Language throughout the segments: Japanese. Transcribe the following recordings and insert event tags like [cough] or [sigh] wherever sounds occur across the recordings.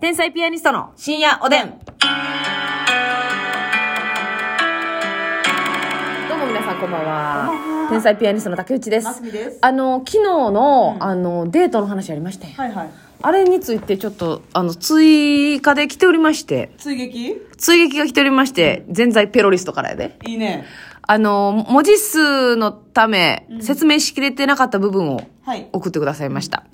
天才ピアニストの深夜おでん。どうも皆さんこんばんは。天才ピアニストの竹内です。ますみですあの、昨日の、あの、デートの話ありまして、はいはい。あれについてちょっと、あの、追加で来ておりまして、追撃追撃が来ておりまして、全在ペロリストからやで。いいね。あの、文字数のため、説明しきれてなかった部分をはい送ってくださいました。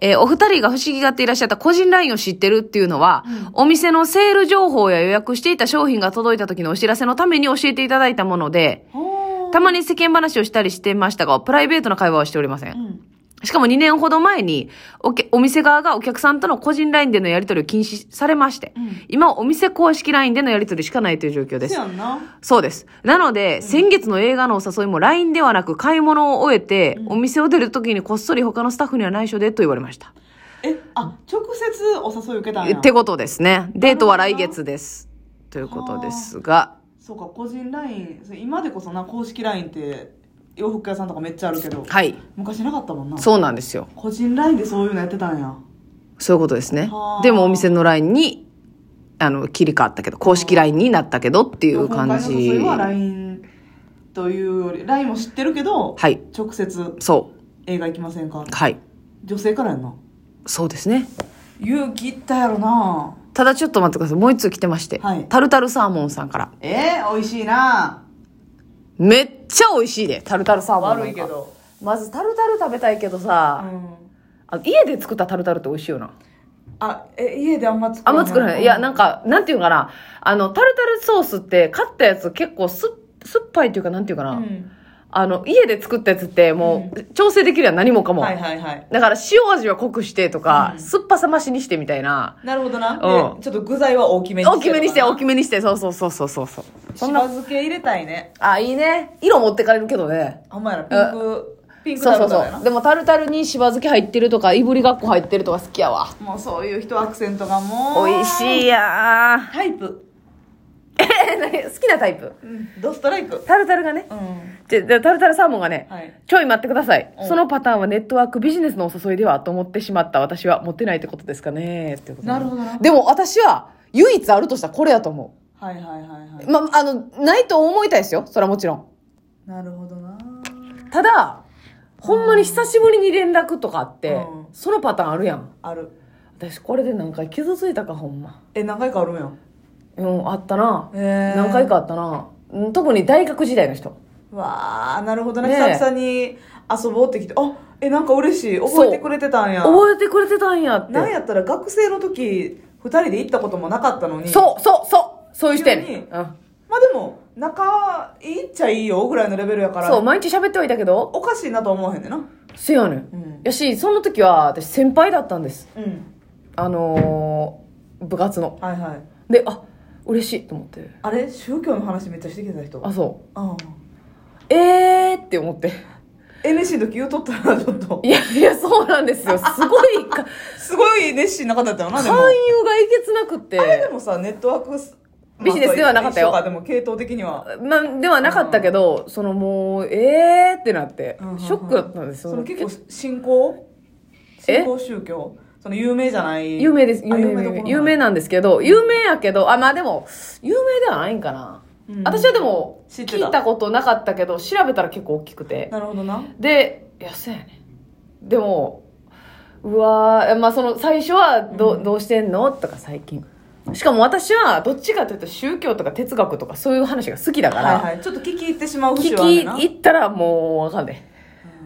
えーお二人が不思議がっていらっしゃった個人 LINE を知ってるっていうのは、お店のセール情報や予約していた商品が届いた時のお知らせのために教えていただいたもので、ほーたまに世間話をしたりしてましたが、プライベートな会話はしておりません。んしかも2年ほど前におけ、お店側がお客さんとの個人 LINE でのやり取りを禁止されまして、今はお店公式 LINE でのやり取りしかないという状況ですせ。やんな。そうです。なので、先月の映画のお誘いも LINE ではなく、買い物を終えて、お店を出るときにこっそり他のスタッフには内緒でと言われました。え、あ、直接お誘い受けたんや。ってことですね。デートは来月です。ということですが、そうか、個人 LINE、それ今でこそな、公式 LINE って、洋服屋さんとかめっちゃあるけど、はい。昔なかったもんな。そうなんですよ。個人 LINE でそういうのやってたんや。そういうことですねは。あでもお店の LINE に、あの、切り替わったけど、公式 LINE になったけどっていう感今回のじ誘い。は LINE というより、LINE も知ってるけど、はい。直接そう。映画行きませんかはい。女性からやんな。そうですね。勇気いったやろな。ただちょっと待ってください。もう一通来てまして。はいタルタルサーモンさんから。えー、美味しいな。めっちゃ美味しいで、タルタルサーモンなんか。悪いけど。まずタルタル食べたいけどさ、うん。あ家で作ったタルタルって美味しいよなあ、え、家であんま作あらんま作らないいやなんかか。なんていうのかなあのタルタルソースって買ったやつ結構すっ酸っぱいというかなんていうかな、うん。あの家で作ったやつってもう、調整できるやん何もかも、はいはいはい。だから塩味は濃くしてとか、うん酸っぱさ増しにしてみたいななるほどな。うんで、ちょっと具材は大きめに大きめにして大め。きめにしてそうそうそうそうそうそうそしんばな漬け入れたいね。あいいね色持ってかれるけどねほんまやな、ピンク、ピンクそうだそうろそやうな。でもタルタルにしば漬け入ってるとかいぶりがっこ入ってるとか好きやわもうそういう人アクセントがもう。美味しいやータイプ。え何 [laughs] 好きなタイプうん。ドストライク。タルタルがねう。ん。じゃ、じゃタルタルサーモンがね、はいちょい待ってください。うんそのパターンはネットワークビジネスのお誘いではと思ってしまった私は持ってないってことですかねってことなるほどなでも私は唯一あるとしたらこれやと思はいはいはいはう。い。ま、あの、ないと思いたいですよ。それはもちろん。なるほどな。ただ、ほんまに久しぶりに連絡とかあって、うんそのパターンあるやん。ある。私これでなんか傷ついたか、ほんま。え、何回かあるんやん。うん、あったな。へー何回かあったな。うん特に大学時代の人。わー、なるほどな。ねえ久々に遊ぼうって来て、あ、え、なんか嬉しい。覚えてくれてたんや。覚えてくれてたんやって。なんやったら学生の時、二人で行ったこともなかったのに。そうそうそうそういう視急に点、うん、まあでも、仲いいっちゃいいよぐらいのレベルやから、そう毎日喋ってはいたけどおかしいなとは思わへんねんな。せやねん、うんやしその時は私先輩だったんですうん。あのー部活のはいはい。であ嬉しいと思ってあれ宗教の話めっちゃしてきてた人。あそうああ。えーって思って NC の時言うとったら、ちょっと。いやいやそうなんです [laughs] よすごいかすごい熱心な方やったよな、勧で誘も。がいけつなくってあれでもさ、ネットワークス、ビジネスではなかったよまあそう一緒かでも系統的には。まあ、ではなかったけど、そのもう、えーってなってうんうんう、んショックだったんですよ。その結構、信仰え信仰宗教その有名じゃない。有名です。有あ名、有名ところな有名なんですけど、有名やけど、あ、まあでも、有名ではないんかな。うん私はでも、知ってた聞いたことなかったけど、調べたら結構大きくて。なるほどな。で、いや、そうやね。でも、うわー、まあその、最初はど、うどうしてんのとか最近。しかも私は、どっちかというと宗教とか哲学とかそういう話が好きだから、はいはい。ちょっと聞き入ってしまう節聞はあるな。き入ったらもうわかんない。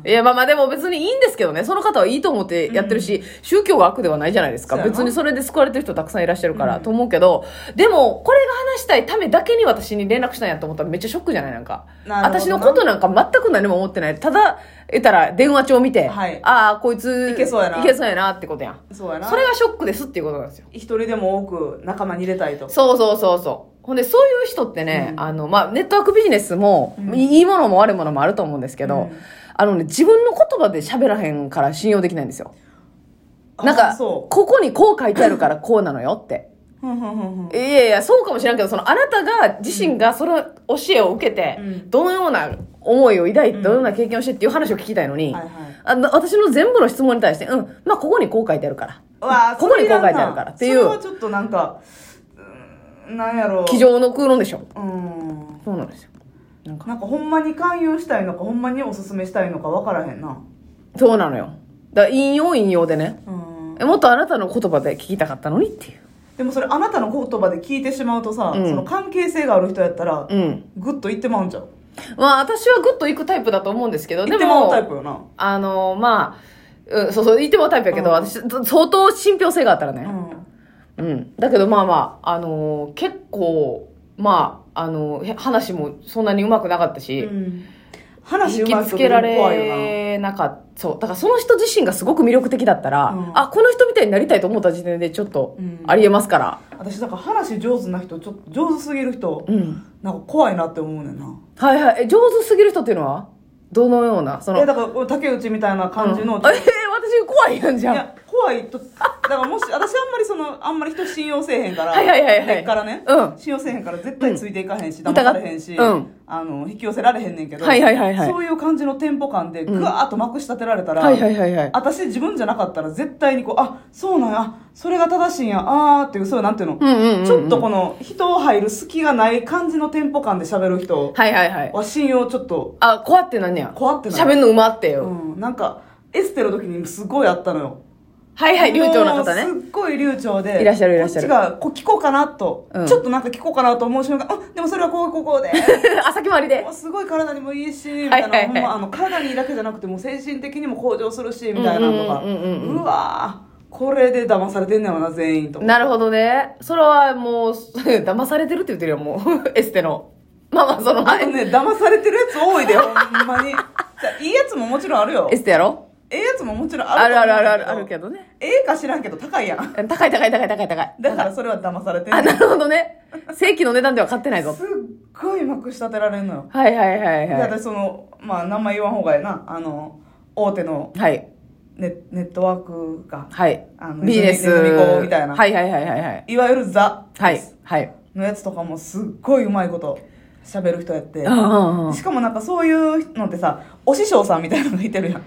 いや、まあまあでも別にいいんですけどね。その方はいいと思ってやってるし、宗教が悪ではないじゃないですか。そうやな別にそれで救われてる人たくさんいらっしゃるから、うんと思うけど、でも、これが話したいためだけに私に連絡したんやと思ったらめっちゃショックじゃないなんか。なるほどな私のことなんか全く何も思ってない。ただ、得たら電話帳を見て、はいああ、こいつ、いけそうやないけそうやなってことやん。そうやな。それがショックですっていうことなんですよ。一人でも多く仲間に入れたいと。そうそうそうそう。ほんで、そういう人ってね、うんあの、まあ、ネットワークビジネスも、うんいいものも悪いものもあると思うんですけど、うんあのね、自分の言葉で喋らへんから信用できないんですよ。あなんか、こそこにこう書いてあるからこうなのよって。う。ふんふんふんふんいやいや、そうかもしれんけど、その、あなたが自身がその教えを受けて、うんどのような思いを抱いて、うんどのような経験をしてっていう話を聞きたいのに、はいはいあの私の全部の質問に対して、うん、まあ、ここにこう書いてあるから。あうわあここにこう書いてあるからっていうそれはちょっとなんかうーんなんやろう机上の空論でしょうんそうなんですよなんかなんかほんまに勧誘したいのかほんまにおすすめしたいのか分からへんなそうなのよだから引用引用でねうんえもっとあなたの言葉で聞きたかったのにっていうでもそれあなたの言葉で聞いてしまうとさ、うんその関係性がある人やったら、うんグッと言ってまうんちゃうまあ私はグッと行くタイプだと思うんですけど言でってまうもタイプよなあのまあ、うん、そうそう言ってもタイプやけど、うん私相当信憑性があったらね、うんうん。だけどまあまあ、あのー結構、まあ、あのーへ話もそんなにうまくなかったし、うん話引うきまいつ人けら怖いよれなかった。そう。だからその人自身がすごく魅力的だったら、うんあ、この人みたいになりたいと思った時点でちょっとうんありえますから。な私だから話上手な人ちょっと上手すぎる人、うん。なんか怖いなって思うねんなはいはい。え、上手すぎる人っていうのはどのようなその、えだから竹内みたいな感じうの、んちょっえー私怖いやんじとゃいん。や怖いとだからもし私あんまりそのあんまり人信用せえへんからはいはいはいはい根っからね、うん信用せえへんから絶対ついていかへんし、うん騙されへんし、疑っうんあの引き寄せられへんねんけど、はいはいはいはいそういう感じのテンポ感でうんぐわーっとまくし立てられたら、はいはいはいはい。私自分じゃなかったら絶対にこうあそうなんやあそれが正しいんやあーっていうそういうなんていうの、うんうんうん、うん。ちょっとこの人を入る隙がない感じのテンポ感で喋る人はいはいはい。は信用ちょっとあ、怖ってなんねや。怖ってない喋んのうまってよ。うん、なんかエステの時にすごいあったのよはいはい、流暢な方もね。うすっごい流暢でいらっしゃるいらっしゃるこっちがこう聞こうかなと、うんちょっとなんか聞こうかなと思う瞬間あでもそれはこうこうこうで [laughs] あ、先回りでもう。すごい体にもいいしみはたいいはないはいほんまあの体にだけじゃなくてもう精神的にも向上するしみたいなのとか、うんうんうんうんううわーこれで騙されてんねよな全員となるほどね。それはもう、 [laughs] 騙されてるって言ってるよ、もう。 [laughs] エステの。まあまあ、そのあ前。とね騙されてるやつ多いでほんまにじゃあいいやつももちろんあるよエステやろええやつももちろんああるると思あうんるだあどるあるあるけどね。ええか知らんけど高いやん高い高い高い高い高い。だからそれは騙されてんねあ、んなるほどね。正規の値段では買ってない [laughs] ぞす。っごいまくし立てられんのよ、はいはいはいだっはてそのまあ名前言わん方がええなあの大手のい。はい。ネネットワークがはいあ。のビジネス。ネズミネズミ講みたいなはいはいはいはいはい。いわゆるザはい。はい。のやつとかもすっごいうまいこと喋る人やってうんうんうん。しかもなんかそういうのってさお師匠さんみたいなのがいてるやん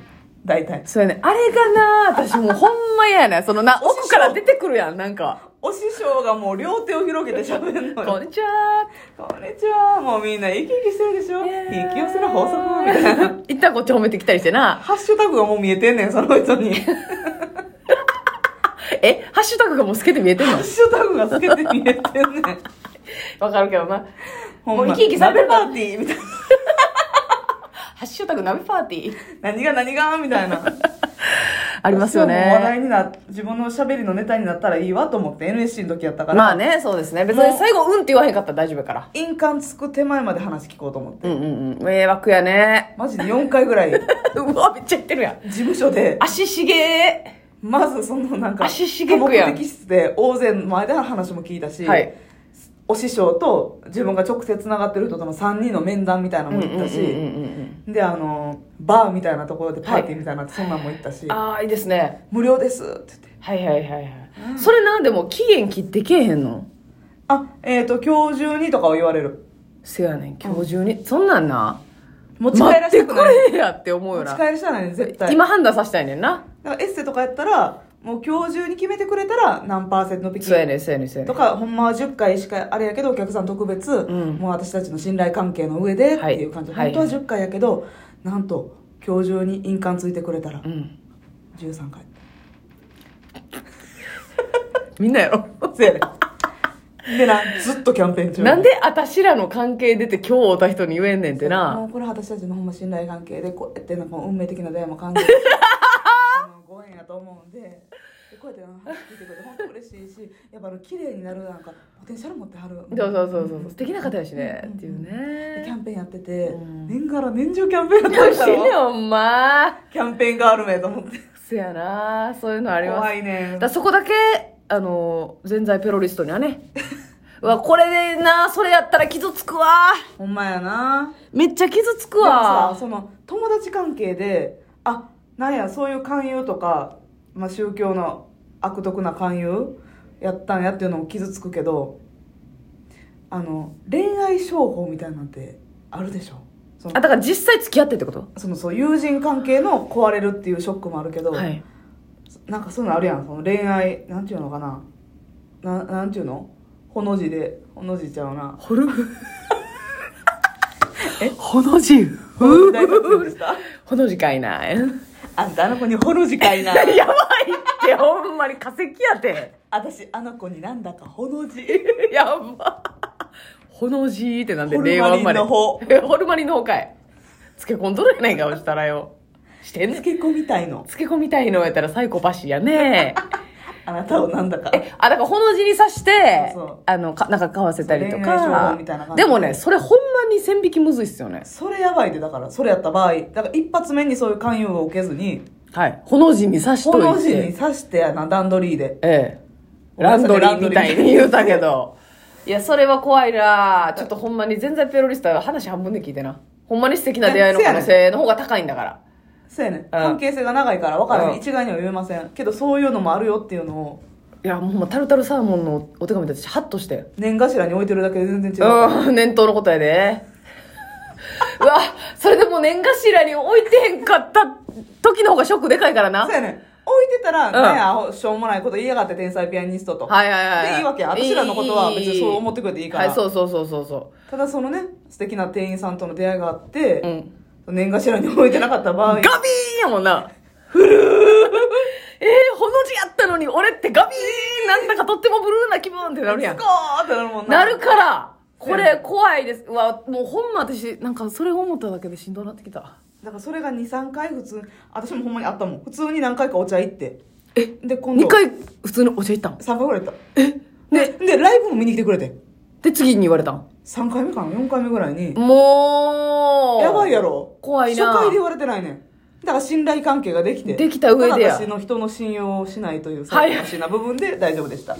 大体そうやね。あれがな、私もうほんま嫌や [laughs] ね。そのな、お師匠奥から出てくるやん、なんか。お師匠がもう両手を広げて喋るのこよんにちはこんにちはもうみんな生き生きしてるでしょ引き寄せの法則みたい [laughs] な一旦こっち褒めてきたりしてな。ハッシュタグがもう見えてんねんその [laughs] 人にえ、ハッシュタグがもう透けて見えてんのハッシュタグがつけて見えてんねん。 [laughs] わかるけどな。ほんもまう生き生きされてる鍋パーティーみたいな。ハッシュタグ鍋パーティー。何が何がみたいな。ありますよ私はもう話ね。題にな、自分の喋りのネタになったらいいわと思って NSC の時やったから。まあね、そうですね。別に最後、うんって言わへんかったら大丈夫やから。印鑑つく手前まで話聞こうと思って。うんうんうん。迷惑や [laughs] ね。マジで4回ぐらい、うわ、めっちゃ言ってるやん。事務所で、足しげまずそのなんか、足しげくやん多目的室で大勢の前で話も聞いたし、はい。お師匠と自分が直接繋がってる人との3人の面談みたいなのも行ったし、うんうんうんうんで、あの、バーみたいなところでパーティーみたいな、そんなんも行ったし、ああ、いいですね。無料ですって言って。はいはいはいはい。それなんでも期限切ってけえへんのあ、えっ、と、今日中にとかを言われる。せやねん、今日中に。そんなんな。持ち帰待らっせてたくくない。れやって思うよ持ちな帰。らせたくないね、絶対。今判断させたいねんな。だからエッセとかやったら、もう今日中に決めてくれたら何パーセント引きそうやねん、そうやねん、そうやねとん。か、ほんまは10回しかあれやけど、お客さん特別、んもう私たちの信頼関係の上でってはいいう感じで、はい本当は10回やけど、なんと、今日中に印鑑ついてくれたらうん。 13回。みんなやろ。そうやね。でな、ずっとキャンペーン中。なんで私らの関係出て今日会った人に言えんねんってもな。うこれ私たちのほんま信頼関係でこうやってなんか運命的な出会いも感じるあのご縁やと思うんででこうやって話聞いてくれて本当嬉しいしやっぱあの綺麗になるなんかポテンシャル持ってはるそうそうそうそう。素敵な方やしね。うんっていうでキねャ。ンペーンやってて、うん年がら年中キャンペーンやって楽る [laughs] かしいね、らほんま。キャンペーンガール名と思ってそやな。そういうのあります。怖だかいねらそこだけ、あの、全在ペロリストにはね。 [laughs] うわ、これでな、それやったら傷つくわ。ほんまやなめっちゃ傷つくでもさわ。その友達関係であなんやそういう勧誘とか、まあ、宗教の悪徳な勧誘やったんやっていうのも傷つくけどあの恋愛商法みたいなんてあるでしょそあ、のだから実際付き合ってってことそのそう友人関係の壊れるっていうショックもあるけど、はい。なんかそういうのあるやんその恋愛なんていうのかなななんていうのほの字でほの字ちゃうなホル [laughs] えほの字ほの字大学生でしたほの字かいな [laughs] やあんたあの子にほの字か [laughs] いなばいってほんまに化石やて私あの子になんだかほの字やばほの字ってなんでホル令マ和リ生ンまれの方え [laughs] ホルマリンの方かいつけ込んどるやないかおしたらよしてんねつけ込みたいのつけ込みたいのやったらサイコパシーやねあなたをなんだかえあだからほの字に刺してそうそうあのかなんか買わせたりとそう恋愛情報かみたいな感じでもねそれほんまに線引きむずいっすよねそれやばいでだからそれやった場合だから一発目にそういう勧誘を受けずにはいほの字に刺しとほいての字に刺してやな段取りでええランドリーみたいに言うたけどいやそれは怖いなちょっとほんまに全然ペロリスタは話半分で聞いてなほんまに素敵な出会いの可能性の方が高いんだからそうやねん関係性が長いから分からない一概には言えませんけどそういうのもあるよっていうのをいやもうタルタルサーモンのお手紙だってハッとしてよ年頭に置いてるだけで全然違うからうん念頭のことやでうわそれでも年頭に置いてへんかった時の方がショックでかいからなそうやねん置いてたら、んねアホしょうもないこと言いやがって天才ピアニストと、はいはいはいでいいわけ私らのことは別にそう思ってくれていいからはいそうそうそうそうそただそのね素敵な店員さんとの出会いがあってうう、ん年頭に置いてなかった場合ガビーンやもんな。ふるー。えー、ほの字やったのに、俺ってガビーンなんだかとってもブルーな気分ってなるやんス。コーってなるもんななるから、こそうやれ怖いです。うわ、もうほんま私、なんかそれ思っただけでしんどなってきた。だからそれが23回普通私もほんまにあったもん普通に何回かお茶行ってえで今度2回普通にお茶行ったん3回ぐらい行ったえででライブも見に来てくれてで、次に言われたん3回目かな4回目ぐらいにもう。やばいやろ怖いな初回で言われてないねんだから信頼関係ができてできた上でやただ私の人の信用をしないというは最いしな部分で大丈夫でした